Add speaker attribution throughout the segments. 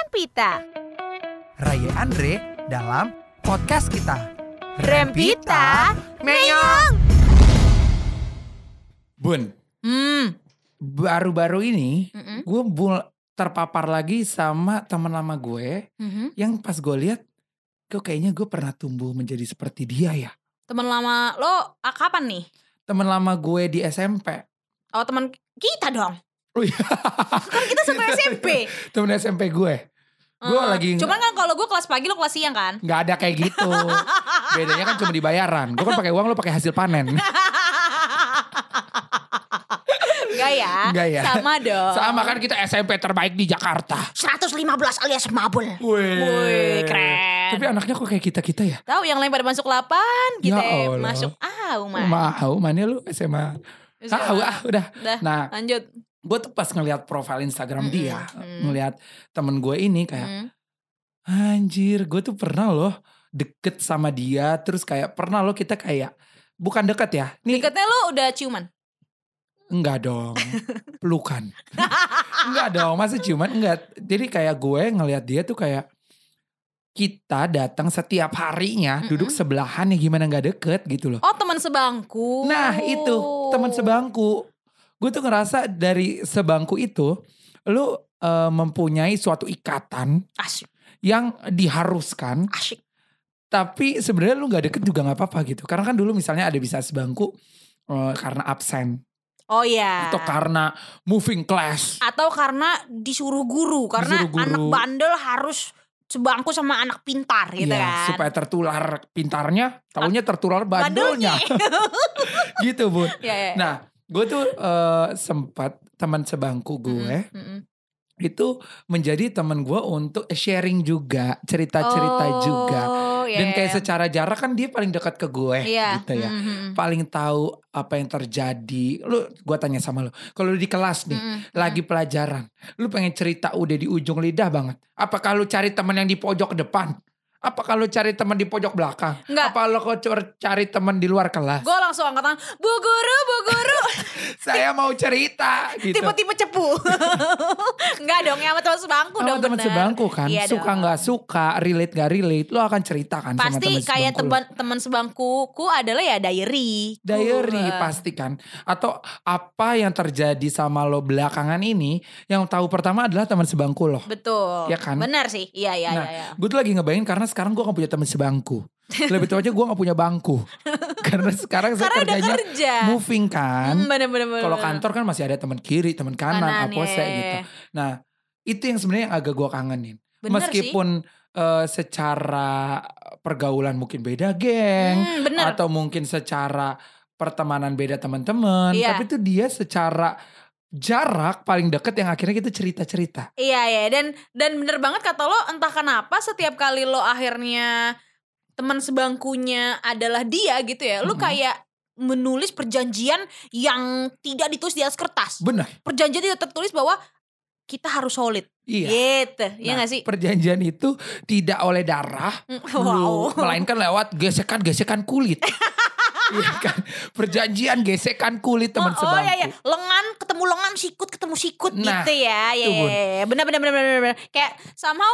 Speaker 1: Rempita.
Speaker 2: Raya Andre dalam podcast kita.
Speaker 1: Rempita Meyong.
Speaker 3: Bun,
Speaker 1: Hmm.
Speaker 3: baru-baru ini
Speaker 1: Mm-mm.
Speaker 3: gue mul- terpapar lagi sama teman lama gue
Speaker 1: Mhm.
Speaker 3: yang pas gue lihat kok kayaknya gue pernah tumbuh menjadi seperti dia ya.
Speaker 1: Teman lama lo ah, kapan nih?
Speaker 3: Teman lama gue di SMP.
Speaker 1: Oh teman kita dong. Kan
Speaker 3: Oh iya.
Speaker 1: Kita sama SMP.
Speaker 3: Temen SMP gue. Gue
Speaker 1: Eh,
Speaker 3: lagi
Speaker 1: Cuman kan kalau gue kelas pagi lo kelas siang kan.
Speaker 3: nggak ada kayak gitu. Bedanya kan cuma di bayaran. Gue kan pakai uang lo pakai hasil panen.
Speaker 1: Enggak ya?
Speaker 3: Enggak ya.
Speaker 1: Sama dong.
Speaker 3: Sama kan kita SMP terbaik di Jakarta.
Speaker 1: 115 alias mabul. Wih,
Speaker 3: Wih,
Speaker 1: keren.
Speaker 3: Eh, Tapi anaknya kok kayak kita-kita ya?
Speaker 1: Tahu yang lain pada masuk 8, kita
Speaker 3: Ya Allah.
Speaker 1: masuk ah, umat.
Speaker 3: Mau, mana lu SMA? Ah, ah, udah.
Speaker 1: Udah,
Speaker 3: Nah,
Speaker 1: lanjut.
Speaker 3: gue tuh pas ngelihat profil Instagram
Speaker 1: Mm-mm,
Speaker 3: dia,
Speaker 1: mm.
Speaker 3: ngelihat temen gue ini kayak
Speaker 1: Hmm.
Speaker 3: anjir, gue tuh pernah loh deket sama dia, terus kayak pernah loh kita kayak bukan deket ya, nih
Speaker 1: Deketnya lo udah ciuman.
Speaker 3: enggak dong, pelukan, enggak dong, masa cuman enggak, jadi kayak gue ngelihat dia tuh kayak kita datang setiap harinya duduk
Speaker 1: Mm-mm.
Speaker 3: sebelahan ya gimana nggak deket gitu loh.
Speaker 1: Oh, teman sebangku.
Speaker 3: Nah itu teman sebangku. Gue tuh ngerasa dari sebangku itu lu eh, mempunyai suatu ikatan
Speaker 1: Asik,
Speaker 3: yang diharuskan.
Speaker 1: asik.
Speaker 3: Tapi sebenarnya lu nggak deket juga nggak apa-apa gitu. Karena kan dulu misalnya ada bisa sebangku eh, karena absen
Speaker 1: Oh iya.
Speaker 3: atau karena moving class.
Speaker 1: Atau karena disuruh guru, karena
Speaker 3: Disuruh guru.
Speaker 1: anak bandel harus sebangku sama anak pintar gitu
Speaker 3: Iya,
Speaker 1: kan. Ah,
Speaker 3: supaya tertular pintarnya, taunya tertular bandelnya, gitu bun.
Speaker 1: Iya, iya.
Speaker 3: Nah, gue tuh eh, sempat teman sebangku gue
Speaker 1: Mm-mm, mm-mm.
Speaker 3: itu menjadi teman gue untuk eh, sharing juga cerita-cerita
Speaker 1: Oh,
Speaker 3: juga
Speaker 1: iya,
Speaker 3: dan kayak
Speaker 1: iya.
Speaker 3: secara jarak kan dia paling dekat ke gue
Speaker 1: Iya,
Speaker 3: gitu ya
Speaker 1: mm-mm, mm-mm.
Speaker 3: paling tahu apa yang terjadi lu gue tanya sama lu kalau lu di kelas nih
Speaker 1: Mm-mm,
Speaker 3: lagi pelajaran lu pengen cerita udah di ujung lidah banget apa kalau cari teman yang di pojok depan apa kalau cari teman di pojok belakang
Speaker 1: Enggak.
Speaker 3: apa lo kok cari teman di luar kelas
Speaker 1: Gue langsung angkat tangan, bu guru, bu guru,
Speaker 3: saya mau cerita gitu
Speaker 1: tipe-tipe cepu. Enggak dong, ya sama teman sebangku
Speaker 3: sama
Speaker 1: dong
Speaker 3: teman
Speaker 1: bener.
Speaker 3: sebangku kan
Speaker 1: Iya
Speaker 3: suka
Speaker 1: dong.
Speaker 3: nggak suka relate nggak relate lo akan cerita kan sama
Speaker 1: Pasti
Speaker 3: teman
Speaker 1: kayak
Speaker 3: sebangku lo.
Speaker 1: teman teman sebangkuku adalah ya diary.
Speaker 3: diary
Speaker 1: Gua.
Speaker 3: pasti kan atau apa yang terjadi sama lo belakangan ini yang tahu pertama adalah teman sebangku lo
Speaker 1: Betul.
Speaker 3: Ya kan?
Speaker 1: Benar sih. Iya, iya,
Speaker 3: Nah,
Speaker 1: iya, iya.
Speaker 3: gue tuh lagi ngebayangin karena sekarang gue gak punya teman sebangku lebih tepatnya gue gak punya bangku karena sekarang saya
Speaker 1: Karena udah
Speaker 3: kerjanya
Speaker 1: kerja.
Speaker 3: moving kan
Speaker 1: Hmm, bener, bener, bener,
Speaker 3: kalau
Speaker 1: bener.
Speaker 3: kantor kan masih ada teman kiri teman kanan,
Speaker 1: Kanan,
Speaker 3: apa sih
Speaker 1: iya, iya,
Speaker 3: gitu
Speaker 1: iya.
Speaker 3: nah itu yang sebenarnya yang agak gue kangenin
Speaker 1: Bener
Speaker 3: meskipun eh, secara pergaulan mungkin beda geng
Speaker 1: Hmm, bener.
Speaker 3: atau mungkin secara pertemanan beda teman-teman
Speaker 1: Iya.
Speaker 3: tapi itu dia secara jarak paling deket yang akhirnya kita cerita-cerita
Speaker 1: Iya ya dan dan bener banget kata lo entah kenapa setiap kali lo akhirnya teman sebangkunya adalah dia gitu ya lo
Speaker 3: Mm-mm.
Speaker 1: kayak menulis perjanjian yang tidak ditulis di atas kertas
Speaker 3: benar
Speaker 1: perjanjian tidak tertulis bahwa kita harus solid
Speaker 3: iya
Speaker 1: gitu ya
Speaker 3: Nah,
Speaker 1: nggak sih
Speaker 3: perjanjian itu tidak oleh darah
Speaker 1: Mm, wow
Speaker 3: lu, melainkan lewat gesekan-gesekan kulit Iya kan? perjanjian gesekan kulit teman
Speaker 1: oh, oh
Speaker 3: sebangku
Speaker 1: ya ya lengan ketemu lengan sikut ketemu sikut
Speaker 3: Nah,
Speaker 1: gitu ya ya
Speaker 3: itu, Bun.
Speaker 1: ya, ya. benar benar benar benar benar. kayak somehow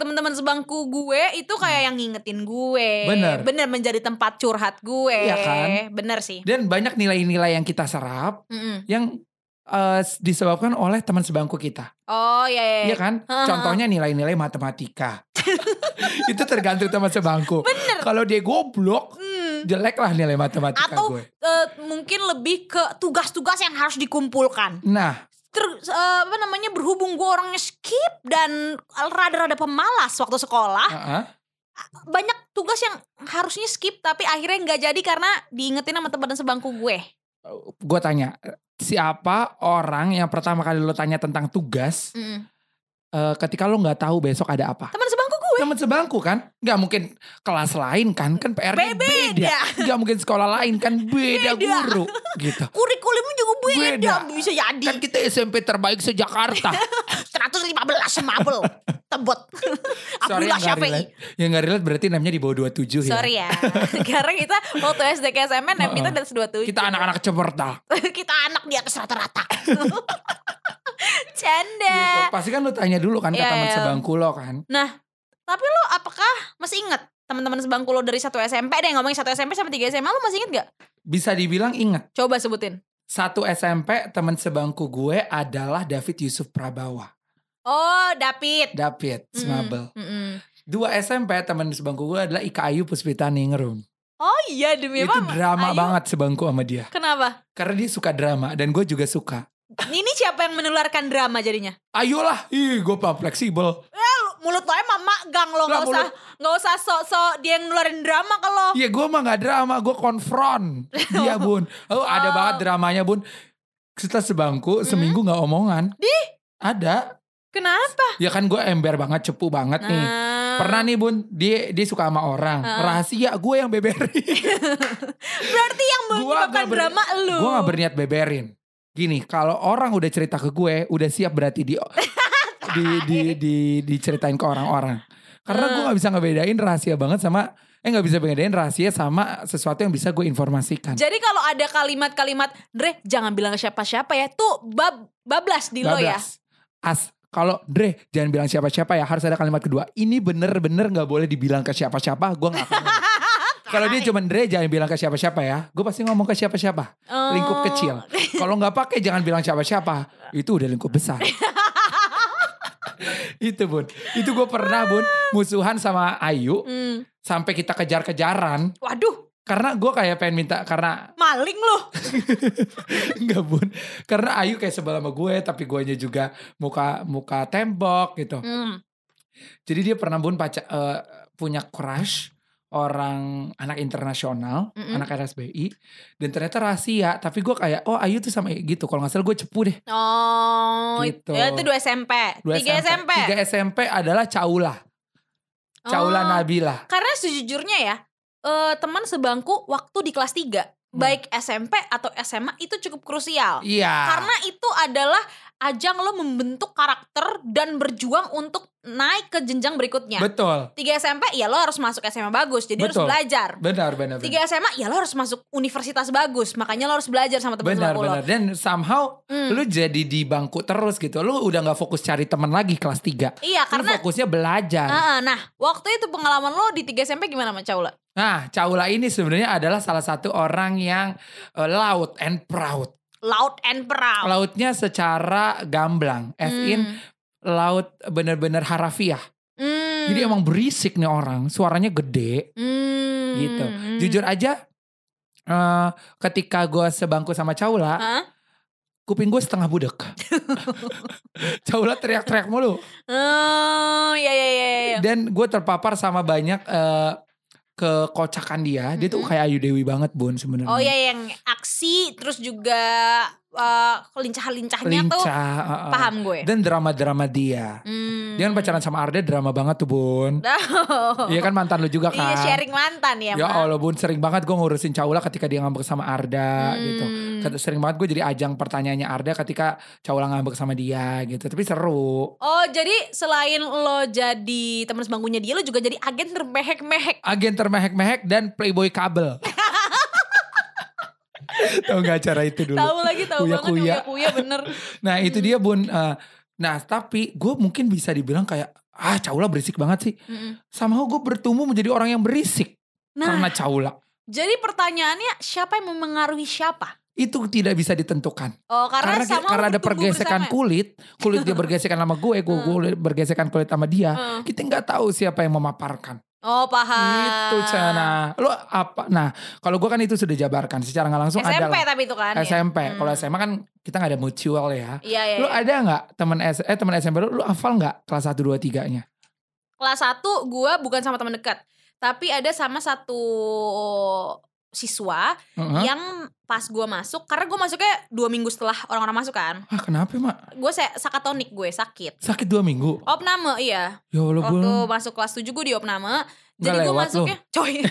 Speaker 1: teman-teman sebangku gue itu kayak yang ngingetin gue
Speaker 3: Hmm. Benar.
Speaker 1: benar menjadi tempat curhat gue
Speaker 3: Iya kan?
Speaker 1: benar sih
Speaker 3: dan banyak nilai-nilai yang kita serap
Speaker 1: Mm-mm.
Speaker 3: yang eh, disebabkan oleh teman sebangku kita
Speaker 1: oh ya ya, ya.
Speaker 3: Iya kan?
Speaker 1: Ha, ha, ha.
Speaker 3: Contohnya nilai-nilai matematika. itu tergantung teman sebangku. Kalau dia goblok,
Speaker 1: Hmm.
Speaker 3: jelek lah nilai matematika
Speaker 1: atau
Speaker 3: gue.
Speaker 1: eh, mungkin lebih ke tugas-tugas yang harus dikumpulkan
Speaker 3: Nah,
Speaker 1: terus eh, apa namanya berhubung gue orangnya skip dan rada-rada pemalas waktu sekolah
Speaker 3: uh-uh.
Speaker 1: banyak tugas yang harusnya skip tapi akhirnya nggak jadi karena diingetin sama teman sebangku gue.
Speaker 3: gue tanya, siapa orang yang pertama kali lo tanya tentang tugas eh, ketika lo nggak tahu besok ada apa?
Speaker 1: Teman sebangku gue.
Speaker 3: Teman sebangku kan? Nggak mungkin kelas lain kan? Kan PR-nya
Speaker 1: Beda.
Speaker 3: beda. Nggak mungkin sekolah lain kan?
Speaker 1: Beda.
Speaker 3: Beda, guru. Gitu.
Speaker 1: Kurikulumnya juga beda,
Speaker 3: Beda.
Speaker 1: bisa jadi.
Speaker 3: Kan kita SMP terbaik se-Jakarta.
Speaker 1: 115 semabel. abot.
Speaker 3: Sorry Iya.
Speaker 1: Abdullah
Speaker 3: yang gak
Speaker 1: Syafi'i.
Speaker 3: relate. Yang gak relate berarti namanya di bawah 27 ya.
Speaker 1: Sorry ya. Karena kita waktu SD ke SMA nem kita dari 27.
Speaker 3: Kita anak-anak cemerta.
Speaker 1: kita anak di atas rata-rata. Canda.
Speaker 3: Pasti kan lu tanya dulu kan ke
Speaker 1: Eh. Iya,
Speaker 3: teman
Speaker 1: iya.
Speaker 3: sebangku lo kan.
Speaker 1: Tapi lo apakah masih inget teman-teman sebangku lo dari satu SMP deh ngomongin satu SMP sama tiga SMA lo masih inget gak?
Speaker 3: Bisa dibilang inget.
Speaker 1: Coba sebutin.
Speaker 3: Satu SMP teman sebangku gue adalah David Yusuf Prabawa.
Speaker 1: Oh David.
Speaker 3: David,
Speaker 1: Mm-mm,
Speaker 3: Smabel.
Speaker 1: mm-mm.
Speaker 3: Dua SMP teman sebangku gue adalah Ika Ayu Puspita Ningrum.
Speaker 1: Oh iya demi
Speaker 3: Itu
Speaker 1: apa?
Speaker 3: drama
Speaker 1: Ayu?
Speaker 3: banget sebangku sama dia.
Speaker 1: Kenapa?
Speaker 3: Karena dia suka drama dan gue juga suka.
Speaker 1: Ini siapa yang menularkan drama jadinya?
Speaker 3: Ayolah, ih gue paham fleksibel.
Speaker 1: Oh. Lu- Mulut lo emang magang lo
Speaker 3: Lah,
Speaker 1: nggak usah nggak usah sok-sok dia yang nularin drama ke lo.
Speaker 3: Iya gue mah gak drama, gue konfront. Dia bun. Oh ada
Speaker 1: Wow.
Speaker 3: banget dramanya bun. Setelah
Speaker 1: Hmm.
Speaker 3: sebangku, seminggu gak omongan. Di? Ada.
Speaker 1: Kenapa?
Speaker 3: Ya kan gue ember banget, cepu banget nih.
Speaker 1: Nah,
Speaker 3: Pernah nih bun, dia, dia suka sama orang.
Speaker 1: Ah.
Speaker 3: Rahasia gue yang beberin.
Speaker 1: berarti yang
Speaker 3: Gua
Speaker 1: menyebabkan
Speaker 3: nggak ber-
Speaker 1: drama lu.
Speaker 3: gue gak berniat beberin. Gini, kalau orang udah cerita ke gue, udah siap berarti di di, di, di diceritain ke orang-orang. Karena
Speaker 1: Ah.
Speaker 3: gue gak bisa ngebedain rahasia banget sama eh gak bisa bedain rahasia sama sesuatu yang bisa gue informasikan.
Speaker 1: Jadi kalau ada kalimat-kalimat Dre jangan bilang ke siapa-siapa ya Tuh bab, bablas di lo ya
Speaker 3: 12. As kalau Dre jangan bilang siapa-siapa ya harus ada kalimat kedua. Ini bener-bener nggak boleh dibilang ke siapa-siapa. Gue nggak. akan ngomong. kalau dia cuma Dre jangan bilang ke siapa-siapa ya. Gue pasti ngomong ke siapa-siapa.
Speaker 1: Oh.
Speaker 3: Lingkup kecil. Kalau nggak pakai jangan bilang siapa-siapa. Itu udah lingkup besar. itu bun. Itu gue pernah bun musuhan sama Ayu
Speaker 1: Hmm.
Speaker 3: sampai kita kejar-kejaran.
Speaker 1: Waduh
Speaker 3: Karena gue kayak pengen minta karena
Speaker 1: maling lu
Speaker 3: Enggak bun Karena Ayu kayak sebel sama gue Tapi guanya juga muka muka tembok gitu
Speaker 1: hmm.
Speaker 3: Jadi dia pernah bun pacar, eh, punya crush Orang anak internasional
Speaker 1: Mm-mm.
Speaker 3: Anak RSBI Dan ternyata rahasia Tapi gue kayak Oh Ayu tuh sama gitu Kalau gak salah gue cepu deh
Speaker 1: Oh
Speaker 3: Gitu.
Speaker 1: ya, Itu 2 SMP
Speaker 3: Dua
Speaker 1: 3 SMP,
Speaker 3: Tiga SMP adalah Caula Caula
Speaker 1: Oh.
Speaker 3: Nabila
Speaker 1: Karena sejujurnya ya eh, Teman sebangku waktu di kelas 3 Baik SMP atau SMA itu cukup krusial
Speaker 3: Hmm. Iya
Speaker 1: Karena itu adalah ajang lo membentuk karakter dan berjuang untuk naik ke jenjang berikutnya.
Speaker 3: Betul
Speaker 1: Tiga SMP ya lo harus masuk SMA bagus, jadi harus
Speaker 3: Betul.
Speaker 1: belajar.
Speaker 3: Benar benar benar
Speaker 1: Tiga SMA ya lo harus masuk universitas bagus, makanya lo harus belajar sama teman-teman
Speaker 3: Benar
Speaker 1: lo.
Speaker 3: benar Dan somehow
Speaker 1: Hmm.
Speaker 3: Lu jadi di bangku terus gitu Lu udah gak fokus cari teman lagi kelas 3
Speaker 1: Iya
Speaker 3: Karena
Speaker 1: karena
Speaker 3: fokusnya belajar.
Speaker 1: Ah, nah waktu itu pengalaman lo di tiga SMP gimana sama Caula?
Speaker 3: Nah, Caula ini sebenarnya adalah salah satu orang yang eh, loud and proud.
Speaker 1: Loud and proud.
Speaker 3: Lautnya secara gamblang, F in laut bener-bener harafiah.
Speaker 1: Hmm.
Speaker 3: Jadi emang berisik nih orang, suaranya gede
Speaker 1: Hmm.
Speaker 3: gitu.
Speaker 1: Hmm.
Speaker 3: Jujur aja, eh, ketika gue sebangku sama Caula,
Speaker 1: Hah?
Speaker 3: kuping gue setengah budek. Caula teriak-teriak mulu.
Speaker 1: Oh, ya ya ya. ya.
Speaker 3: Dan gue terpapar sama banyak eh, kekocakan dia. Dia tuh
Speaker 1: Mm-mm.
Speaker 3: kayak Ayu Dewi banget, Bun sebenarnya.
Speaker 1: Hmm. Oh ya yang aksi terus juga eh, lincah-lincahnya tuh
Speaker 3: lincah uh, uh.
Speaker 1: paham gue.
Speaker 3: dan drama-drama dia
Speaker 1: Hmm. Oh.
Speaker 3: dia kan pacaran sama Arda drama banget tuh bun iya kan mantan lu juga
Speaker 1: Iya
Speaker 3: kan
Speaker 1: sharing mantan ya.
Speaker 3: ya
Speaker 1: Ma.
Speaker 3: Allah bun sering banget gue ngurusin Caula ketika dia ngambek sama Arda
Speaker 1: Hmm.
Speaker 3: gitu Kata- sering banget gue jadi ajang pertanyaannya Arda ketika Caula ngambek sama dia gitu tapi seru
Speaker 1: Oh jadi selain lo jadi teman sebangkunya dia lo juga jadi agen termehek-mehek.
Speaker 3: agen termehek-mehek dan playboy kabel tau gak acara itu dulu
Speaker 1: Tahu Hmm. lagi tahu
Speaker 3: Kuya-kuya.
Speaker 1: banget kuya kuya bener.
Speaker 3: Nah itu dia bun. Eh, nah tapi gue mungkin bisa dibilang kayak ah Caula berisik banget sih.
Speaker 1: Mm-mm.
Speaker 3: Sama gue bertumbuh menjadi orang yang berisik
Speaker 1: Nah
Speaker 3: karena Caula
Speaker 1: jadi pertanyaannya siapa yang memengaruhi siapa?
Speaker 3: itu tidak bisa ditentukan
Speaker 1: Oh karena,
Speaker 3: karena
Speaker 1: sama Hmm.
Speaker 3: karena
Speaker 1: lo
Speaker 3: ada
Speaker 1: bertumbuh
Speaker 3: pergesekan
Speaker 1: bersama ya?
Speaker 3: kulit kulit dia bergesekan sama gue gue gue bergesekan kulit sama dia
Speaker 1: Heeh.
Speaker 3: kita nggak tahu siapa yang memaparkan
Speaker 1: Oh paham.
Speaker 3: itu cana lo apa nah kalau gue kan itu sudah jabarkan secara nggak langsung
Speaker 1: SMP
Speaker 3: adalah
Speaker 1: tapi itu kan. ya?
Speaker 3: SMP
Speaker 1: Hmm.
Speaker 3: kalau SMA kan kita nggak ada mutual ya
Speaker 1: Iya iya.
Speaker 3: Lo
Speaker 1: iya.
Speaker 3: ada nggak teman S eh teman SMP lo lo hafal nggak kelas 1 2 3 nya?
Speaker 1: Kelas 1 gue bukan sama teman dekat, tapi ada sama satu siswa
Speaker 3: Heeh.
Speaker 1: yang pas gue masuk karena gue masuknya dua minggu setelah orang-orang masuk kan
Speaker 3: Ah kenapa mak?
Speaker 1: gue se- sakatonik gue sakit
Speaker 3: Sakit dua minggu?
Speaker 1: opname iya
Speaker 3: Ya Allah gue
Speaker 1: waktu masuk kelas 7 gue di opname
Speaker 3: Nggak
Speaker 1: jadi gue
Speaker 3: lewat
Speaker 1: masuknya coy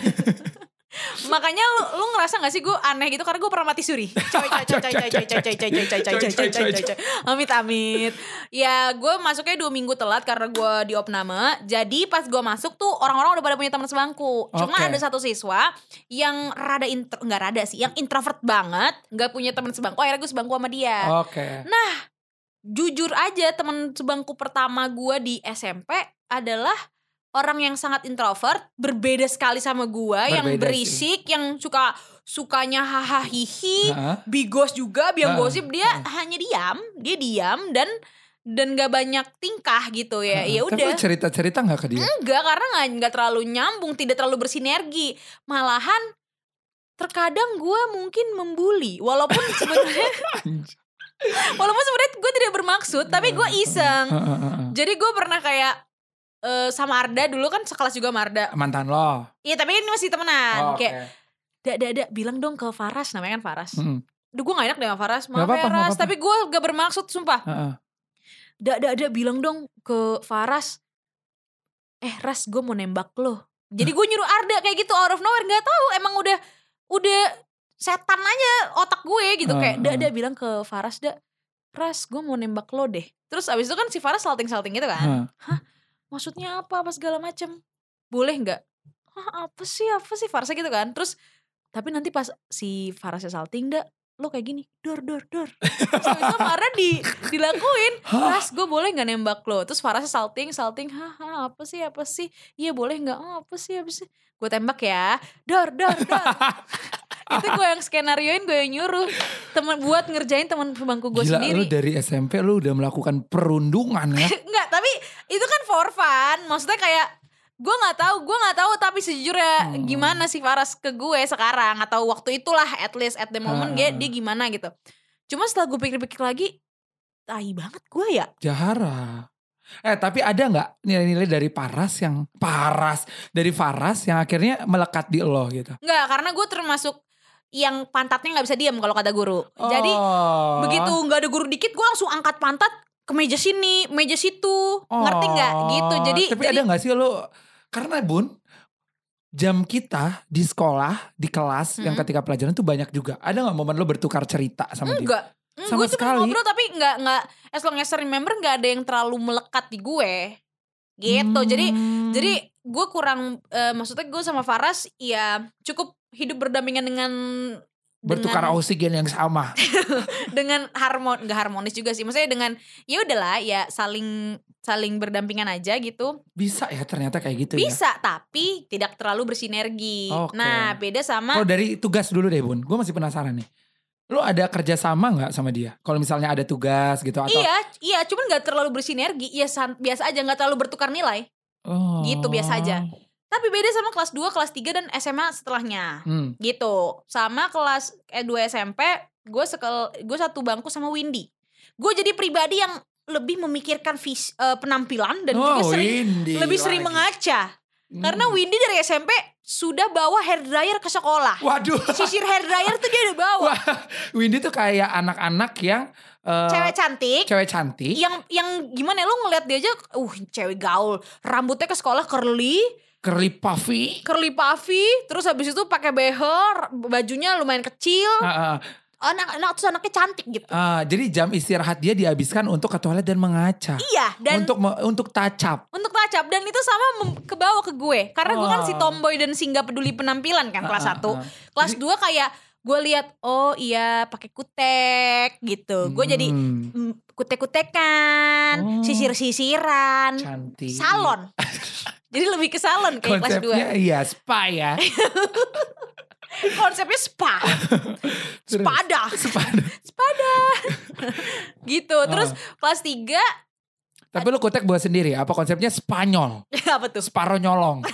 Speaker 1: Makanya lu, lu ngerasa gak sih gue aneh gitu karena gue pernah mati suri. Coy coy coy coy coy coy coy coy coy coy coy coy coy coy coy coy coy. Amit amit. Ya gue masuknya dua minggu telat karena gue di opname. Jadi pas gue masuk tuh orang-orang udah pada punya teman sebangku. Cuma
Speaker 3: Oke.
Speaker 1: ada satu siswa yang rada intro nggak rada sih, yang introvert banget, nggak punya teman sebangku. Akhirnya gue sebangku sama dia
Speaker 3: Oke.
Speaker 1: jujur aja teman sebangku pertama gua di SMP adalah orang yang sangat introvert berbeda sekali sama gua yang
Speaker 3: Berbeda
Speaker 1: berisik yang suka sukanya hahaha hihi
Speaker 3: Heeh.
Speaker 1: bigos juga biang
Speaker 3: Heeh,
Speaker 1: gosip dia hanya diam dia diam dan dan gak banyak tingkah gitu ya ya
Speaker 3: Tapi
Speaker 1: udah
Speaker 3: lu Kan cerita-cerita nggak ke dia?
Speaker 1: enggak karena nggak nggak terlalu nyambung tidak terlalu bersinergi malahan terkadang gua mungkin membuli walaupun sebenarnya walaupun sebenarnya gue tidak bermaksud tapi gue
Speaker 3: Nah,
Speaker 1: iseng
Speaker 3: Heeh, heeh, heeh.
Speaker 1: jadi gue pernah kayak eh, sama Arda dulu kan sekelas juga sama Arda.
Speaker 3: Mantan lo.
Speaker 1: Iya tapi ini masih temenan. Kan,
Speaker 3: Oh,
Speaker 1: Kayak, dak, dak, dak, bilang dong ke Faras, namanya kan Faras.
Speaker 3: Heeh,
Speaker 1: Duh gue gak enak deh sama Faras, maaf
Speaker 3: Hmm. apa-apa,
Speaker 1: ya
Speaker 3: gak
Speaker 1: Ras.
Speaker 3: apa-apa.
Speaker 1: Tapi gue gak bermaksud, sumpah.
Speaker 3: heeh.
Speaker 1: Dak, dak, dak, bilang dong ke Faras. Eh Ras, gue mau nembak lo. Jadi gue nyuruh Arda kayak gitu, out of nowhere. Gak tahu emang udah, udah setan aja otak gue gitu.
Speaker 3: Ah,
Speaker 1: kayak, dak,
Speaker 3: ah.
Speaker 1: dak, bilang ke Faras, dak. Ras, gue mau nembak lo deh. Terus abis itu kan si Faras salting-salting gitu kan.
Speaker 3: Heeh.
Speaker 1: maksudnya apa apa segala macem boleh nggak Hah, apa sih apa sih Farsa gitu kan terus tapi nanti pas si Farsa salting dah lo kayak gini dor dor dor terus tiba-tiba marah di dilakuin
Speaker 3: Hah?
Speaker 1: Ras gue boleh nggak nembak lo terus Farsa salting salting haha apa sih apa sih iya boleh nggak oh, apa sih apa sih gue tembak ya dor dor dor itu gue yang skenarioin gue yang nyuruh teman buat ngerjain teman bangku gue
Speaker 3: Gila
Speaker 1: sendiri
Speaker 3: lu dari SMP lu udah melakukan perundungan ya.
Speaker 1: Enggak, tapi itu kan for fun. Maksudnya kayak gue nggak tahu, gue nggak tahu tapi sejujurnya
Speaker 3: Hmm.
Speaker 1: gimana sih Faras ke gue sekarang atau waktu itulah at least at the moment dia,
Speaker 3: Ah.
Speaker 1: dia gimana gitu. Cuma setelah gue pikir-pikir lagi, tai banget gue ya.
Speaker 3: Jahara. Eh tapi ada nggak nilai-nilai dari Paras yang Paras dari Faras yang akhirnya melekat di lo gitu?
Speaker 1: Enggak, karena gue termasuk yang pantatnya nggak bisa diam kalau kata guru. Jadi
Speaker 3: Oh.
Speaker 1: begitu nggak ada guru dikit, gue langsung angkat pantat ke meja sini, meja situ,
Speaker 3: Oh.
Speaker 1: ngerti nggak? Gitu. Jadi,
Speaker 3: tapi
Speaker 1: jadi
Speaker 3: ada nggak sih lo? Karena bun jam kita di sekolah di kelas yang
Speaker 1: Mm-mm.
Speaker 3: ketika pelajaran tuh banyak juga. Ada nggak momen lo bertukar cerita sama dia?
Speaker 1: Enggak. Enggak,
Speaker 3: Sama
Speaker 1: gue cuma
Speaker 3: sekali.
Speaker 1: ngobrol tapi enggak enggak as long as I remember enggak ada yang terlalu melekat di gue. Gitu. Jadi
Speaker 3: Hmm.
Speaker 1: jadi gue kurang eh, maksudnya gue sama Faras ya cukup hidup berdampingan dengan
Speaker 3: Hmm. bertukar
Speaker 1: dengan,
Speaker 3: oksigen yang sama.
Speaker 1: dengan harmon enggak harmonis juga sih. Maksudnya dengan ya udahlah ya saling saling berdampingan aja gitu.
Speaker 3: Bisa ya ternyata kayak gitu ya.
Speaker 1: Bisa tapi tidak terlalu bersinergi.
Speaker 3: Oke.
Speaker 1: Nah, beda sama
Speaker 3: Kalau dari tugas dulu deh bun, gue masih penasaran nih. Lo ada kerjasama nggak sama dia? Kalau misalnya ada tugas gitu atau
Speaker 1: Iya, iya, cuman nggak terlalu bersinergi. Ya san- biasa aja, nggak terlalu bertukar nilai.
Speaker 3: Oh.
Speaker 1: Gitu, biasa aja. Tapi beda sama kelas 2, kelas 3 dan SMA setelahnya.
Speaker 3: Hmm.
Speaker 1: Gitu. Sama kelas eh, 2 SMP, gue sekel gue satu bangku sama Windy. Gue jadi pribadi yang lebih memikirkan vis, eh, penampilan dan juga sering lebih
Speaker 3: Windy Oh, iya lagi.
Speaker 1: sering mengaca.
Speaker 3: Hmm.
Speaker 1: Karena Windy dari SMP sudah bawa hair dryer ke sekolah.
Speaker 3: Hmm. Waduh.
Speaker 1: Sisir hair dryer tuh dia udah bawa.
Speaker 3: Wah, Windy tuh kayak anak-anak yang eh,
Speaker 1: Cewek Iya. cantik.
Speaker 3: cewek cantik.
Speaker 1: yang yang gimana ya, lu ngeliat dia aja uh cewek gaul rambutnya ke sekolah curly
Speaker 3: Curly puffy.
Speaker 1: curly puffy terus habis itu pakai behel bajunya lumayan kecil
Speaker 3: Heeh.
Speaker 1: Oh, anak anak terus anaknya cantik gitu
Speaker 3: Eh, jadi jam istirahat dia dihabiskan untuk ke toilet dan mengaca.
Speaker 1: iya dan untuk
Speaker 3: untuk me- untuk tacap.
Speaker 1: untuk tacap dan itu sama mem- ke bawah ke gue karena gue kan si
Speaker 3: Oh.
Speaker 1: tomboy dan si nggak peduli penampilan kan kelas
Speaker 3: Ah, ah,
Speaker 1: 1
Speaker 3: ah.
Speaker 1: kelas
Speaker 3: Jadi-
Speaker 1: 2 kayak gue lihat oh iya pakai kutek gitu gue jadi
Speaker 3: Hmm,
Speaker 1: mm, kutek-kutekan
Speaker 3: Oh.
Speaker 1: sisir-sisiran
Speaker 3: cantik.
Speaker 1: salon jadi lebih ke salon kayak kelas 2
Speaker 3: Konsepnya iya spa ya.
Speaker 1: konsepnya spa
Speaker 3: Terus,
Speaker 1: spada
Speaker 3: Spa.
Speaker 1: spada gitu
Speaker 3: Oh.
Speaker 1: terus kelas 3
Speaker 3: Tapi lu kutek buat sendiri, apa konsepnya Spanyol?
Speaker 1: apa tuh
Speaker 3: Separo nyolong.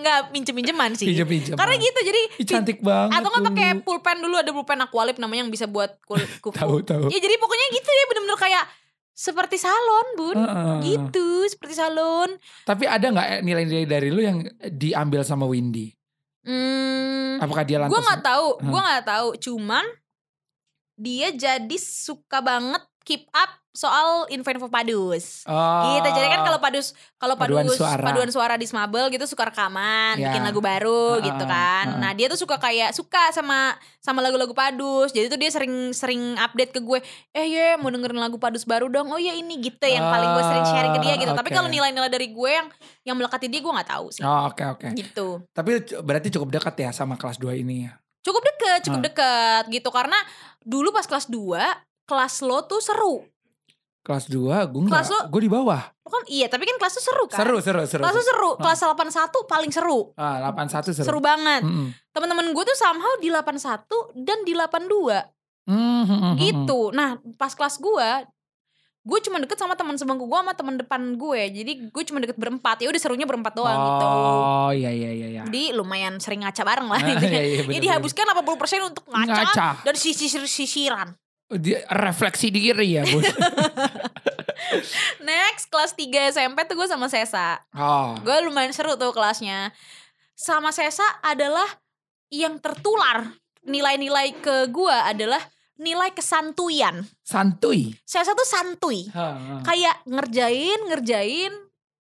Speaker 1: Iya. nggak minjem minjeman sih
Speaker 3: Pinjam-pinjam.
Speaker 1: karena gitu jadi
Speaker 3: Ih, cantik banget.
Speaker 1: atau nggak
Speaker 3: dulu.
Speaker 1: pakai pulpen dulu ada pulpen akualip namanya yang bisa buat kul- kuku
Speaker 3: Tahu, tahu.
Speaker 1: ya jadi pokoknya gitu ya bener-bener kayak seperti salon bun
Speaker 3: Heeh.
Speaker 1: gitu seperti salon
Speaker 3: Tapi ada nggak nilai-nilai dari lu yang diambil sama Windy?
Speaker 1: hmm,
Speaker 3: Apakah dia lantas?
Speaker 1: gue nggak tahu
Speaker 3: Hmm.
Speaker 1: gue nggak tahu cuman dia jadi suka banget keep up soal info-info padus.
Speaker 3: Oh.
Speaker 1: Gitu. Jadi kan kalau padus kalau
Speaker 3: Paduan
Speaker 1: padus
Speaker 3: suara.
Speaker 1: paduan suara di Smabel gitu suka rekaman,
Speaker 3: Ya.
Speaker 1: bikin lagu baru
Speaker 3: Heeh,
Speaker 1: gitu kan.
Speaker 3: heeh.
Speaker 1: Nah, dia tuh suka kayak suka sama sama lagu-lagu padus. Jadi tuh dia sering-sering update ke gue, "Eh, ye, mau dengerin lagu padus baru dong." Oh iya ini gitu yang paling gue sering sharing ke dia gitu. Tapi
Speaker 3: Ah, oke.
Speaker 1: kalau nilai-nilai dari gue yang yang melekat di dia gue nggak tahu sih.
Speaker 3: Oh, oke oke.
Speaker 1: Gitu.
Speaker 3: Tapi c- berarti cukup dekat ya sama kelas 2 ini ya.
Speaker 1: Cukup deket, cukup deket gitu karena dulu pas kelas 2 kelas lo tuh seru.
Speaker 3: Kelas 2 gue enggak.
Speaker 1: Kelas lu-
Speaker 3: Gue di bawah.
Speaker 1: Lo kan iya, tapi kan kelas tuh seru kan?
Speaker 3: Seru seru seru.
Speaker 1: Kelas tuh seru, kelas 81 paling seru.
Speaker 3: Ah, 81 seru.
Speaker 1: Seru banget.
Speaker 3: Mm-mm.
Speaker 1: Temen-temen gue tuh somehow di 81 dan di 82
Speaker 3: Mm, mm, mm, mm.
Speaker 1: gitu. Nah, pas kelas gue gue cuma deket sama teman sebangku gue sama teman depan gue. Jadi gue cuma deket berempat. Ya udah serunya berempat doang gitu.
Speaker 3: Oh, iya iya iya iya.
Speaker 1: Jadi lumayan sering ngaca bareng lah.
Speaker 3: Ah,
Speaker 1: gitu.
Speaker 3: iya, iya,
Speaker 1: ya
Speaker 3: bener-bener.
Speaker 1: dihabiskan 80% untuk ngaca,
Speaker 3: Ngaca.
Speaker 1: dan sisir sisiran.
Speaker 3: Dia- refleksi diri ya, Bun.
Speaker 1: Next kelas 3 SMP tuh gue sama Sesa.
Speaker 3: oh.
Speaker 1: Gue lumayan seru tuh kelasnya. Sama Sesa adalah yang tertular nilai-nilai ke gue adalah nilai kesantuyan.
Speaker 3: Santuy.
Speaker 1: Sesa tuh santuy.
Speaker 3: Hmm. Ha, ha.
Speaker 1: Kayak ngerjain, ngerjain.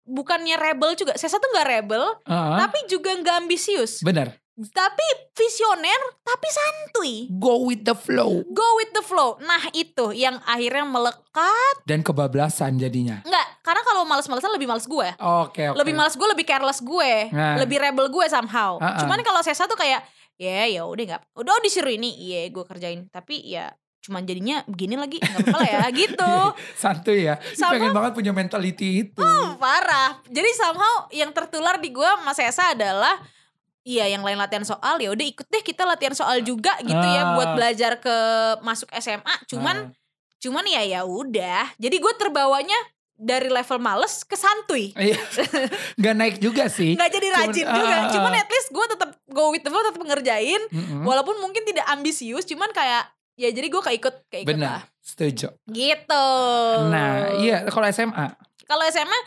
Speaker 1: Bukannya rebel juga. Sesa tuh gak rebel,
Speaker 3: Ha, ha.
Speaker 1: tapi juga gak ambisius.
Speaker 3: Bener.
Speaker 1: Tapi visioner, tapi santuy.
Speaker 3: Go with the flow.
Speaker 1: Go with the flow. Nah itu yang akhirnya melekat.
Speaker 3: Dan kebablasan jadinya.
Speaker 1: Enggak, karena kalau males-malesan lebih males gue.
Speaker 3: Oke, oke.
Speaker 1: lebih malas gue lebih careless gue
Speaker 3: Nah.
Speaker 1: lebih rebel gue somehow
Speaker 3: Ah, ah.
Speaker 1: cuman kalau Sesa tuh kayak ya ya udah nggak udah oh, disuruh ini iya gue kerjain tapi ya cuman jadinya begini lagi nggak apa-apa lah ya
Speaker 3: Iya,
Speaker 1: gitu
Speaker 3: Santuy ya. Ih,
Speaker 1: Sama-
Speaker 3: Pengen banget punya mentality itu.
Speaker 1: Hmm, parah jadi somehow yang tertular di gue sama Sesa adalah Iya yang lain latihan soal ya udah ikut deh kita latihan soal juga gitu
Speaker 3: Ah.
Speaker 1: ya buat belajar ke masuk SMA cuman cuman ya ya udah jadi gue terbawanya dari level males ke santuy
Speaker 3: Ah, iya. Gak naik juga sih.
Speaker 1: nggak jadi
Speaker 3: Cuman,
Speaker 1: rajin juga
Speaker 3: ah, ah,
Speaker 1: cuman
Speaker 3: ah. Hmm?
Speaker 1: at least gue tetap go with the flow tetap ngerjain
Speaker 3: Mm-mm.
Speaker 1: walaupun mungkin tidak ambisius cuman kayak ya jadi gue keikut keikut lah
Speaker 3: Benar, setuju.
Speaker 1: gitu
Speaker 3: Nah, iya kalau SMA.
Speaker 1: kalau SMA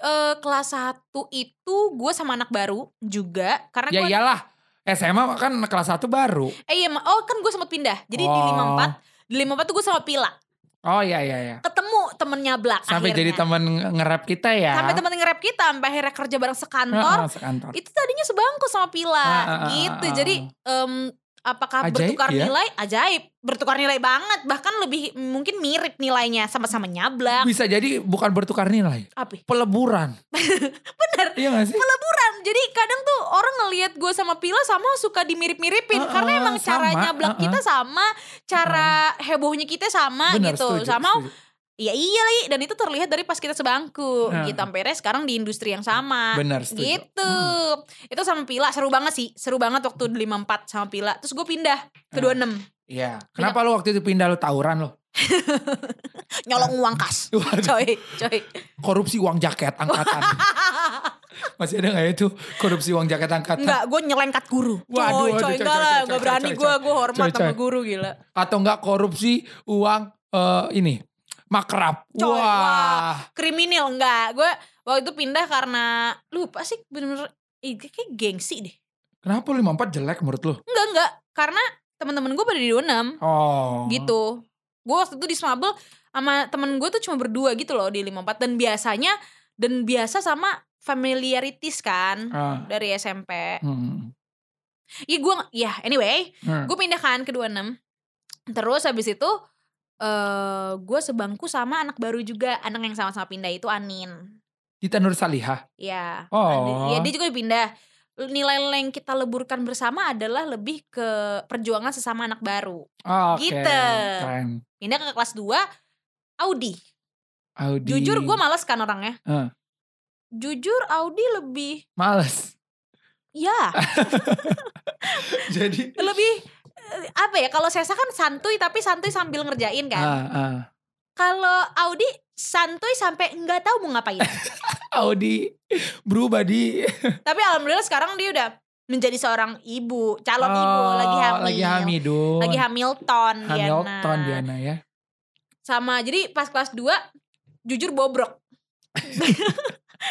Speaker 1: eh, kelas 1 itu gue sama anak baru juga karena
Speaker 3: Ya
Speaker 1: gue
Speaker 3: iyalah. SMA kan kelas 1 baru.
Speaker 1: eh iya Ma. oh kan gue sempat pindah jadi di
Speaker 3: Oh.
Speaker 1: 54 di 54 tuh gue sama Pila
Speaker 3: Oh iya iya iya.
Speaker 1: ketemu temennya Blak
Speaker 3: Sampai jadi
Speaker 1: akhirnya.
Speaker 3: teman nge-rap kita ya.
Speaker 1: sampai teman nge-rap kita sampai akhirnya kerja bareng sekantor
Speaker 3: Heeh, sekantor.
Speaker 1: itu tadinya sebangku sama Pila
Speaker 3: Ah, ah, ah,
Speaker 1: gitu.
Speaker 3: ah,
Speaker 1: Jadi em, apakah
Speaker 3: Ajaib
Speaker 1: bertukar
Speaker 3: ya.
Speaker 1: nilai? Ajaib, bertukar nilai banget. Bahkan lebih mungkin mirip nilainya sama-sama nyablak.
Speaker 3: Bisa jadi bukan bertukar nilai.
Speaker 1: Apa? ya?
Speaker 3: Peleburan.
Speaker 1: Bener.
Speaker 3: Iya gak sih?
Speaker 1: Peleburan. Jadi kadang tuh orang ngelihat gue sama Pila sama suka dimirip-miripin
Speaker 3: Ah, ah,
Speaker 1: karena emang
Speaker 3: sama,
Speaker 1: cara nyablak
Speaker 3: ah, ah.
Speaker 1: kita sama, cara hebohnya kita sama
Speaker 3: Bener,
Speaker 1: gitu.
Speaker 3: setuju,
Speaker 1: sama
Speaker 3: setuju.
Speaker 1: Iya iya lagi dan itu terlihat dari pas kita sebangku
Speaker 3: Nah.
Speaker 1: gitu ampere sekarang di industri yang sama.
Speaker 3: Benar, setuju.
Speaker 1: ah,
Speaker 3: Hmm.
Speaker 1: Gitu. Itu sama Pila seru banget sih. Seru banget waktu di 54 sama Pila. Terus gue pindah ke 26.
Speaker 3: Iya. Kenapa lu waktu itu pindah lu tawuran lo?
Speaker 1: Nyolong uang kas.
Speaker 3: Waduh.
Speaker 1: coy, coy.
Speaker 3: Korupsi uang jaket angkatan. Masih ada gak ya itu korupsi uang jaket angkatan?
Speaker 1: Enggak, gue nyelengkat guru.
Speaker 3: Waduh,
Speaker 1: coy,
Speaker 3: waduh,
Speaker 1: coy, enggak
Speaker 3: coy, coy,
Speaker 1: lah,
Speaker 3: coy,
Speaker 1: enggak
Speaker 3: coy,
Speaker 1: berani
Speaker 3: coy,
Speaker 1: gue,
Speaker 3: coy.
Speaker 1: gue hormat
Speaker 3: Coy,
Speaker 1: sama
Speaker 3: coy.
Speaker 1: guru gila.
Speaker 3: Atau enggak korupsi uang eh, ini makrab.
Speaker 1: Coy,
Speaker 3: wah.
Speaker 1: wah. Kriminal enggak, gue waktu itu pindah karena lupa sih bener-bener Ih, kayak gengsi deh.
Speaker 3: Kenapa lu 54 jelek menurut lu?
Speaker 1: Enggak, enggak, karena teman-teman gue pada di 26.
Speaker 3: Oh.
Speaker 1: gitu. Gue waktu itu di Smabel sama temen gue tuh cuma berdua gitu loh di 54 dan biasanya dan biasa sama familiarities kan
Speaker 3: Ah.
Speaker 1: dari SMP.
Speaker 3: Hmm.
Speaker 1: Iya gue ya anyway,
Speaker 3: Hmm.
Speaker 1: gue pindah kan ke 26. Terus habis itu eh gue sebangku sama anak baru juga, anak yang sama-sama pindah itu Anin.
Speaker 3: Dita Nur Salihah.
Speaker 1: Ya.
Speaker 3: Oh.
Speaker 1: Ya dia juga pindah. Nilai-nilai yang kita leburkan bersama adalah lebih ke perjuangan sesama anak baru.
Speaker 3: Oke.
Speaker 1: gitu.
Speaker 3: Keren.
Speaker 1: Pindah ke kelas 2 Audi.
Speaker 3: Audi.
Speaker 1: Jujur gue males kan orangnya.
Speaker 3: Heeh.
Speaker 1: Jujur Audi lebih
Speaker 3: males.
Speaker 1: ya
Speaker 3: Jadi
Speaker 1: lebih eh, apa ya kalau Sesa kan santuy tapi santuy sambil ngerjain kan.
Speaker 3: ah, ah.
Speaker 1: Kalau Audi santuy sampai nggak tahu mau ngapain.
Speaker 3: Audi berubah di
Speaker 1: tapi alhamdulillah sekarang dia udah menjadi seorang ibu, calon
Speaker 3: Oh,
Speaker 1: ibu lagi hamil.
Speaker 3: Lagi Hamidun.
Speaker 1: Lagi Hamilton,
Speaker 3: Hamilton
Speaker 1: Diana.
Speaker 3: Diana ya.
Speaker 1: Sama jadi pas kelas 2 jujur bobrok.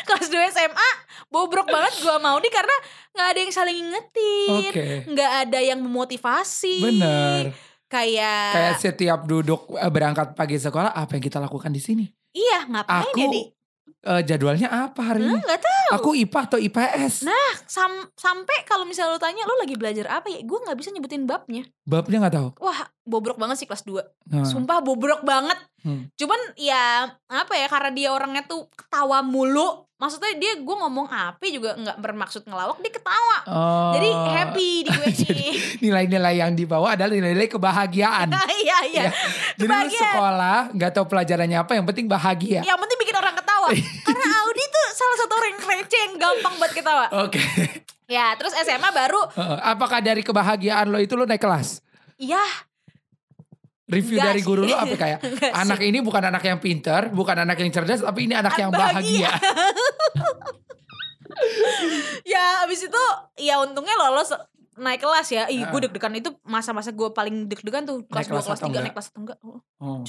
Speaker 1: kelas 2 SMA bobrok banget gua mau nih Iya. karena nggak ada yang saling ngingetin.
Speaker 3: Oke.
Speaker 1: nggak ada yang memotivasi
Speaker 3: Bener.
Speaker 1: kayak,
Speaker 3: Kayak setiap duduk eh, berangkat pagi sekolah, apa yang kita lakukan di sini?
Speaker 1: iya ngapain
Speaker 3: Aku
Speaker 1: ya di
Speaker 3: eh, jadwalnya apa hari
Speaker 1: Hah,
Speaker 3: ini?
Speaker 1: nggak tahu
Speaker 3: Aku IPA atau IPS?
Speaker 1: Nah. Sam- sampai kalau misalnya lu tanya lu lagi belajar apa ya gue nggak bisa nyebutin babnya
Speaker 3: Babnya nggak tahu.
Speaker 1: wah bobrok banget sih kelas 2
Speaker 3: Nah,
Speaker 1: sumpah bobrok banget
Speaker 3: Hmm.
Speaker 1: cuman ya apa ya karena dia orangnya tuh ketawa mulu maksudnya dia gue ngomong apa juga nggak bermaksud ngelawak dia ketawa Ah,
Speaker 3: oh,
Speaker 1: jadi happy di gue
Speaker 3: Jadi,
Speaker 1: nih
Speaker 3: Nilai-nilai yang dibawa adalah nilai-nilai kebahagiaan.
Speaker 1: iya iya
Speaker 3: Iya. Jadi lu
Speaker 1: kebahagiaan. Iya.
Speaker 3: sekolah nggak tahu pelajarannya apa, yang penting bahagia.
Speaker 1: yang penting bikin orang ketawa karena Audi tuh salah satu orang yang receh yang gampang buat ketawa
Speaker 3: Oke.
Speaker 1: ya terus SMA baru
Speaker 3: Heeh. Apakah dari kebahagiaan lo itu lo naik kelas?
Speaker 1: ya
Speaker 3: Review
Speaker 1: Nggak
Speaker 3: dari
Speaker 1: sih.
Speaker 3: guru lo apa kayak
Speaker 1: Nggak sih.
Speaker 3: anak ini bukan anak yang pinter, bukan anak yang cerdas, tapi ini anak yang bahagia.
Speaker 1: ya abis itu ya untungnya lolos naik kelas ya Ih gue deg-degan itu masa-masa gue paling deg-degan tuh kelas 2
Speaker 3: Naik kelas
Speaker 1: kelas
Speaker 3: atau
Speaker 1: 3
Speaker 3: enggak?
Speaker 1: naik kelas atau enggak Oh.
Speaker 3: Oh.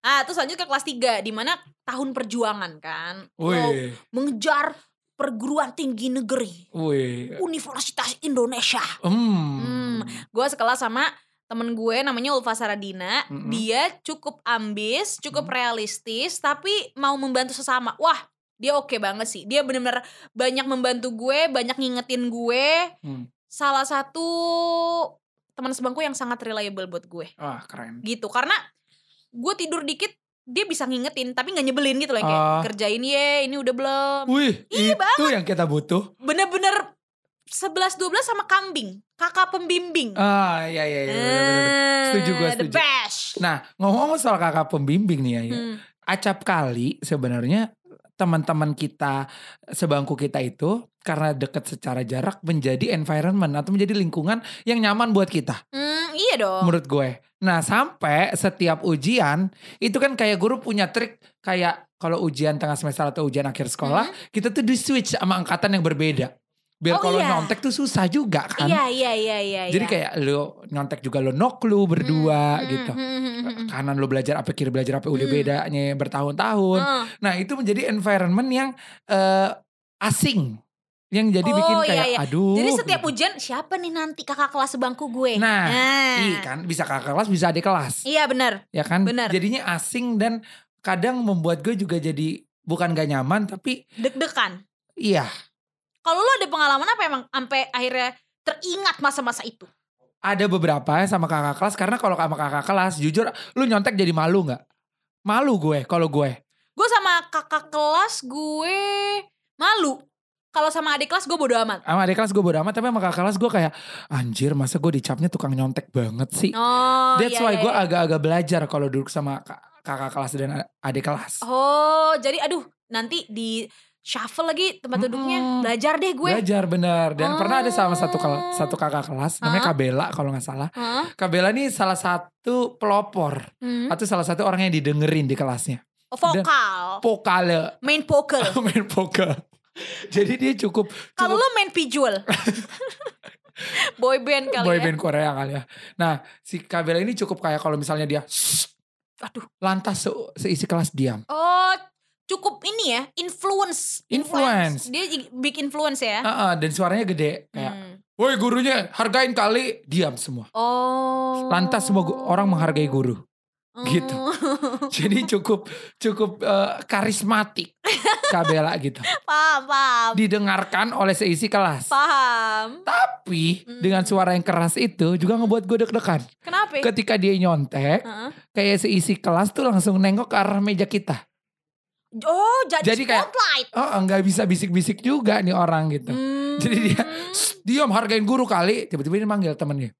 Speaker 1: Ah, terus lanjut ke kelas 3 di mana tahun perjuangan kan. Lo
Speaker 3: Wih,
Speaker 1: mengejar perguruan tinggi negeri
Speaker 3: wih,
Speaker 1: Universitas Indonesia.
Speaker 3: hmm,
Speaker 1: Hmm, gue sekelas sama temen gue namanya Ulfa Saradina.
Speaker 3: Mm-mm.
Speaker 1: Dia cukup ambis, cukup realistis, tapi mau membantu sesama. Wah, dia oke banget sih. Dia bener-bener banyak membantu gue, banyak ngingetin gue.
Speaker 3: hmm.
Speaker 1: Salah satu teman sebangku yang sangat reliable buat gue
Speaker 3: wah Ah, keren.
Speaker 1: gitu karena gue tidur dikit dia bisa ngingetin tapi nggak nyebelin gitu loh yang
Speaker 3: Ah.
Speaker 1: kayak kerjain ye ini udah belum
Speaker 3: Wih,
Speaker 1: Iya
Speaker 3: itu yang kita butuh.
Speaker 1: bener-bener 11-12 sama kambing kakak pembimbing
Speaker 3: Ah, iya iya iya. bener, bener, bener.
Speaker 1: Eh,
Speaker 3: Setuju gua,
Speaker 1: the
Speaker 3: setuju.
Speaker 1: best
Speaker 3: Nah, ngomong-ngomong soal kakak pembimbing nih ya, ya.
Speaker 1: Hmm.
Speaker 3: acap kali sebenarnya teman-teman kita sebangku kita itu karena deket secara jarak menjadi environment atau menjadi lingkungan yang nyaman buat kita
Speaker 1: Hmm, iya dong
Speaker 3: menurut gue. Nah sampai setiap ujian itu kan kayak guru punya trik kayak kalau ujian tengah semester atau ujian akhir sekolah
Speaker 1: Hmm.
Speaker 3: kita tuh di switch sama angkatan yang berbeda. Biar
Speaker 1: Oh,
Speaker 3: kalau
Speaker 1: iya.
Speaker 3: nyontek tuh susah juga kan.
Speaker 1: iya iya iya iya
Speaker 3: Jadi
Speaker 1: iya.
Speaker 3: kayak lu nyontek juga lu nok lu berdua
Speaker 1: Hmm,
Speaker 3: gitu.
Speaker 1: hmm, hmm, hmm, hmm.
Speaker 3: Kanan lu belajar apa kiri belajar apa udah
Speaker 1: Hmm.
Speaker 3: bedanya bertahun-tahun.
Speaker 1: Heeh.
Speaker 3: Nah itu menjadi environment yang eh, asing. Yang jadi
Speaker 1: Oh,
Speaker 3: bikin
Speaker 1: iya,
Speaker 3: kayak
Speaker 1: iya.
Speaker 3: aduh.
Speaker 1: jadi setiap ujian siapa nih nanti kakak kelas sebangku gue
Speaker 3: Nah, Iya kan bisa kakak kelas bisa adik kelas.
Speaker 1: iya benar
Speaker 3: Ya kan
Speaker 1: Benar.
Speaker 3: jadinya asing dan kadang membuat gue juga jadi bukan gak nyaman tapi
Speaker 1: deg-degan
Speaker 3: iya
Speaker 1: kalau lo ada pengalaman apa emang sampai akhirnya teringat masa-masa itu
Speaker 3: ada beberapa ya sama kakak kelas karena kalau sama kakak kelas jujur lu nyontek jadi malu nggak? Malu gue kalau gue.
Speaker 1: Gue sama kakak kelas gue malu. Kalau sama adik kelas gue bodo amat.
Speaker 3: Sama adik kelas gue bodo amat tapi sama kakak kelas gue kayak anjir masa gue dicapnya tukang nyontek banget sih.
Speaker 1: Oh,
Speaker 3: That's
Speaker 1: iya,
Speaker 3: why
Speaker 1: iya,
Speaker 3: gue
Speaker 1: iya.
Speaker 3: agak-agak belajar kalau duduk sama ka- kakak kelas dan a- adik kelas.
Speaker 1: Oh, jadi aduh nanti di shuffle lagi tempat duduknya.
Speaker 3: Mm-mm.
Speaker 1: Belajar deh gue.
Speaker 3: Belajar bener dan pernah ada sama satu
Speaker 1: Oh.
Speaker 3: kel- satu kakak kelas namanya
Speaker 1: Hah?
Speaker 3: Kabela kalau nggak salah.
Speaker 1: Hah?
Speaker 3: Kabela nih salah satu pelopor
Speaker 1: Hmm.
Speaker 3: atau salah satu orang yang didengerin di kelasnya.
Speaker 1: Oh, Vokal.
Speaker 3: Pokale,
Speaker 1: Main poker.
Speaker 3: main poker. Jadi dia cukup
Speaker 1: Kalau lo
Speaker 3: cukup
Speaker 1: main pijual. Boy band kali
Speaker 3: boy
Speaker 1: ya.
Speaker 3: band Korea kali ya. Nah, si Kabela ini cukup kayak kalau misalnya dia
Speaker 1: Aduh.
Speaker 3: lantas se- seisi kelas diam.
Speaker 1: Oh, cukup ini ya, influence.
Speaker 3: Influence. Ah, ya.
Speaker 1: Dia j- big influence ya.
Speaker 3: Heeh, dan suaranya gede kayak,
Speaker 1: Hmm.
Speaker 3: "Woi gurunya, hargain kali." Diam semua.
Speaker 1: Oh.
Speaker 3: Lantas semua gu- orang menghargai guru. gitu.
Speaker 1: Oh.
Speaker 3: Jadi cukup cukup eh, karismatik Kabela gitu.
Speaker 1: paham paham
Speaker 3: Didengarkan oleh seisi kelas.
Speaker 1: paham
Speaker 3: Tapi
Speaker 1: Hmm.
Speaker 3: dengan suara yang keras itu juga ngebuat gue deg-degan.
Speaker 1: kenapa ya?
Speaker 3: Ketika dia nyontek,
Speaker 1: Heeh.
Speaker 3: kayak seisi kelas tuh langsung nengok ke arah meja kita.
Speaker 1: oh jadi,
Speaker 3: Jadi kayak-
Speaker 1: spotlight
Speaker 3: Oh, nggak bisa bisik-bisik juga nih orang gitu.
Speaker 1: Hmm.
Speaker 3: Jadi dia, "Shh, diam hargain guru kali. Tiba-tiba dia manggil temennya.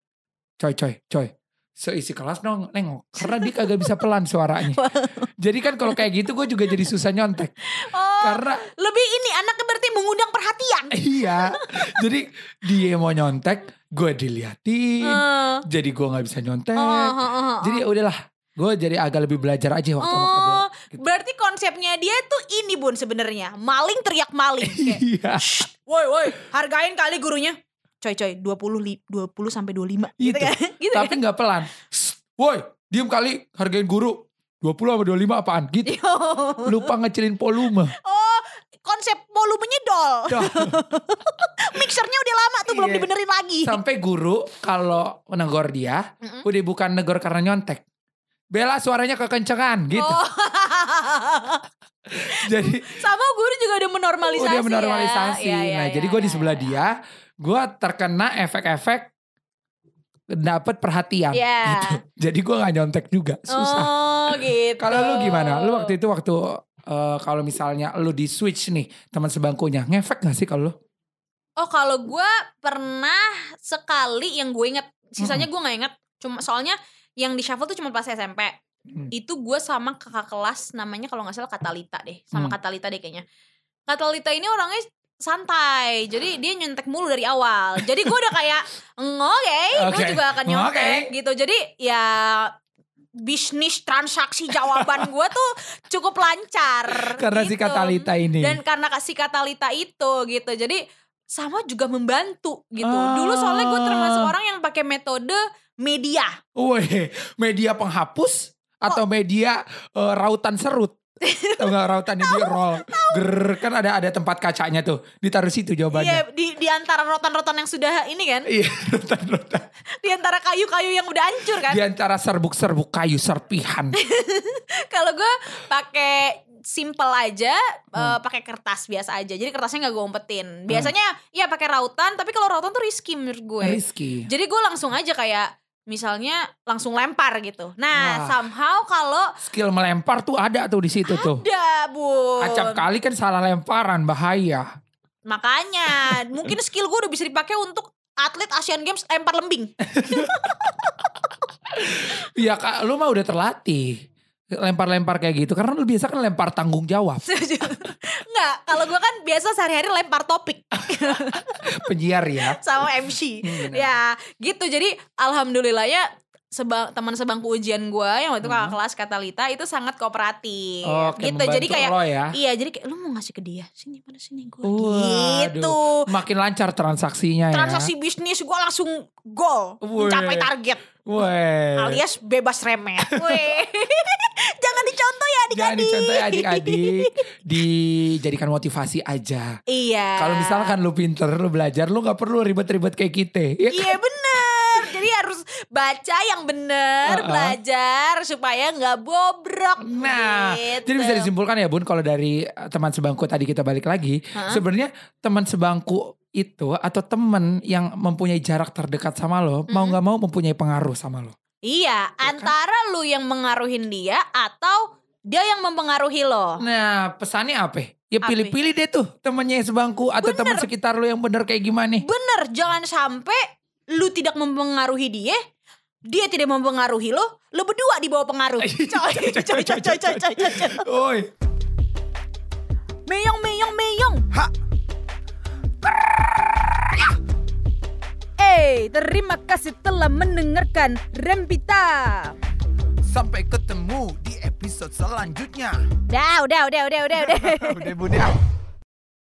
Speaker 3: Coy, coy, coy. Seisi kelas nong nengok. Karena dia kagak bisa pelan suaranya. Jadi kan kalau kayak gitu gue juga jadi susah nyontek.
Speaker 1: oh
Speaker 3: Karena
Speaker 1: lebih ini anaknya berarti mengundang perhatian Eh.
Speaker 3: Iya. jadi dia mau nyontek, gue diliatin.
Speaker 1: Heeh.
Speaker 3: Jadi gue nggak bisa nyontek.
Speaker 1: Oh, oh, oh, oh.
Speaker 3: iya. Jadi ya udahlah, gue jadi agak lebih belajar aja waktu sama Kabela.
Speaker 1: oh
Speaker 3: gitu.
Speaker 1: berarti konsepnya dia tuh ini bun sebenarnya maling teriak maling Kayak,
Speaker 3: Iya.
Speaker 1: woi woi hargain kali gurunya coy coy 20 li- 20 sampai 25 gitu
Speaker 3: Gitu.
Speaker 1: kan gitu
Speaker 3: Tapi
Speaker 1: kan?
Speaker 3: nggak pelan. Shh, Woi, diem kali, hargain guru. 20 sama 25 apaan? Gitu.
Speaker 1: Yo.
Speaker 3: Lupa ngecilin volume.
Speaker 1: oh konsep volumenya dol.
Speaker 3: Dol.
Speaker 1: Mixernya udah lama tuh belum
Speaker 3: Iya.
Speaker 1: dibenerin lagi.
Speaker 3: Sampai guru kalau negor dia,
Speaker 1: Mm-mm.
Speaker 3: udah bukan negor karena nyontek. Bela suaranya kekencengan gitu.
Speaker 1: Oh.
Speaker 3: Jadi
Speaker 1: Sama guru juga udah menormalisasi.
Speaker 3: udah
Speaker 1: ya.
Speaker 3: menormalisasi.
Speaker 1: Iya, iya,
Speaker 3: nah,
Speaker 1: iya,
Speaker 3: jadi gue di
Speaker 1: iya,
Speaker 3: sebelah
Speaker 1: iya.
Speaker 3: dia, gue terkena efek-efek dapat perhatian.
Speaker 1: Iya.
Speaker 3: gitu. Jadi gue nggak nyontek juga, susah.
Speaker 1: Oh gitu.
Speaker 3: Kalau lu gimana? Lu waktu itu waktu eh, kalau misalnya lu di switch nih teman sebangkunya, ngefek gak sih kalau lu?
Speaker 1: Oh kalau gue pernah sekali yang gue inget, sisanya gue nggak inget. Cuma soalnya yang di shuffle tuh cuma pas SMP.
Speaker 3: Hmm.
Speaker 1: Itu gue sama kakak kelas namanya kalau nggak salah Katalita deh, sama
Speaker 3: Hmm.
Speaker 1: Katalita deh kayaknya. Katalita ini orangnya santai, jadi dia nyontek mulu dari awal. Jadi gue udah kayak "Mm, oke, gue
Speaker 3: Oke.
Speaker 1: juga akan nyontek
Speaker 3: Oke.
Speaker 1: gitu. Jadi ya bisnis transaksi jawaban gue tuh cukup lancar.
Speaker 3: Karena si
Speaker 1: gitu
Speaker 3: Katalita ini.
Speaker 1: dan karena kasih Katalita itu gitu jadi sama juga membantu gitu dulu soalnya gue termasuk
Speaker 3: Ah.
Speaker 1: orang yang pakai metode media
Speaker 3: Woi, media penghapus atau media eh, rautan serut? Tau gak rautan yang di roll? Ger, kan ada ada tempat kacanya tuh. Ditaruh situ jawabannya.
Speaker 1: Iya, di, di antara rotan-rotan yang sudah ini kan
Speaker 3: Iya, rautan-rautan.
Speaker 1: di antara kayu-kayu yang udah hancur kan
Speaker 3: Di antara serbuk-serbuk kayu serpihan.
Speaker 1: Eh, kalau gue pakai simple aja eh,
Speaker 3: Hmm.
Speaker 1: pakai kertas biasa aja jadi kertasnya nggak gue umpetin biasanya ya pakai rautan tapi kalau rautan tuh risky menurut gue
Speaker 3: Rizky.
Speaker 1: jadi gue langsung aja kayak misalnya langsung lempar gitu nah
Speaker 3: Wah.
Speaker 1: somehow kalau
Speaker 3: Skill melempar tuh ada tuh di situ tuh.
Speaker 1: udah bu
Speaker 3: Acap kali kan salah lemparan bahaya.
Speaker 1: Makanya mungkin skill gue udah bisa dipakai untuk atlet Asian Games lempar lembing.
Speaker 3: Iya kak, lu mah udah terlatih lempar-lempar kayak gitu. Karena lu biasa kan lempar tanggung jawab.
Speaker 1: Enggak, kalau gue kan biasa sehari-hari lempar topik
Speaker 3: Penyiar ya.
Speaker 1: sama MC.
Speaker 3: Hmm, benar.
Speaker 1: ya, gitu. Jadi alhamdulillah ya sebang, teman sebangku ujian gue yang waktu itu kakak
Speaker 3: Mhm.
Speaker 1: kelas Katalita itu sangat kooperatif.
Speaker 3: Oke,
Speaker 1: gitu. Jadi
Speaker 3: membantu
Speaker 1: kayak
Speaker 3: lo ya.
Speaker 1: Iya, jadi kayak lu mau ngasih ke dia. Sini pada sini gue.
Speaker 3: Waduh.
Speaker 1: Gitu.
Speaker 3: Makin lancar transaksinya ya.
Speaker 1: Transaksi bisnis gue langsung goal
Speaker 3: Wih.
Speaker 1: mencapai target.
Speaker 3: Weh.
Speaker 1: alias bebas remet. Weh. Jangan dicontoh ya
Speaker 3: Jangan
Speaker 1: adik-adik.
Speaker 3: dicontoh ya adik-adik Dijadikan motivasi aja
Speaker 1: Iya.
Speaker 3: Kalau misalkan lu pinter, lu belajar Lu gak perlu ribet-ribet kayak kita ya kan?
Speaker 1: Iya bener. Jadi harus baca yang bener,
Speaker 3: Uh-uh.
Speaker 1: belajar supaya nggak bobrok.
Speaker 3: Nah,
Speaker 1: gitu.
Speaker 3: jadi bisa disimpulkan ya Bun kalau dari eh, teman sebangku tadi kita balik lagi,
Speaker 1: Ha?
Speaker 3: sebenarnya teman sebangku itu atau teman yang mempunyai jarak terdekat sama lo, mau
Speaker 1: Mm-mm.
Speaker 3: nggak mau mempunyai pengaruh sama lo. Ya
Speaker 1: Iya,
Speaker 3: kan?
Speaker 1: antara lu yang mengaruhin dia atau dia yang mempengaruhi lo.
Speaker 3: Nah, pesannya apa? Ya
Speaker 1: Oh. Apa?
Speaker 3: pilih-pilih deh tuh temannya sebangku atau teman sekitar lo yang bener kayak gimana.
Speaker 1: Bener, jangan sampai lu tidak mempengaruhi dia, dia tidak mempengaruhi lo, lu berdua di bawah pengaruh.
Speaker 3: Iya,
Speaker 1: Coy, coy, coy, coy, coy, coy, coy.
Speaker 3: Oi.
Speaker 1: Meyong, meyong, meyong.
Speaker 2: Ha.
Speaker 1: Eh, terima kasih telah mendengarkan Rempita.
Speaker 2: Sampai ketemu di episode selanjutnya.
Speaker 1: Dah, udah, udah, udah, udah, udah.
Speaker 3: ya,
Speaker 2: Udah bunda.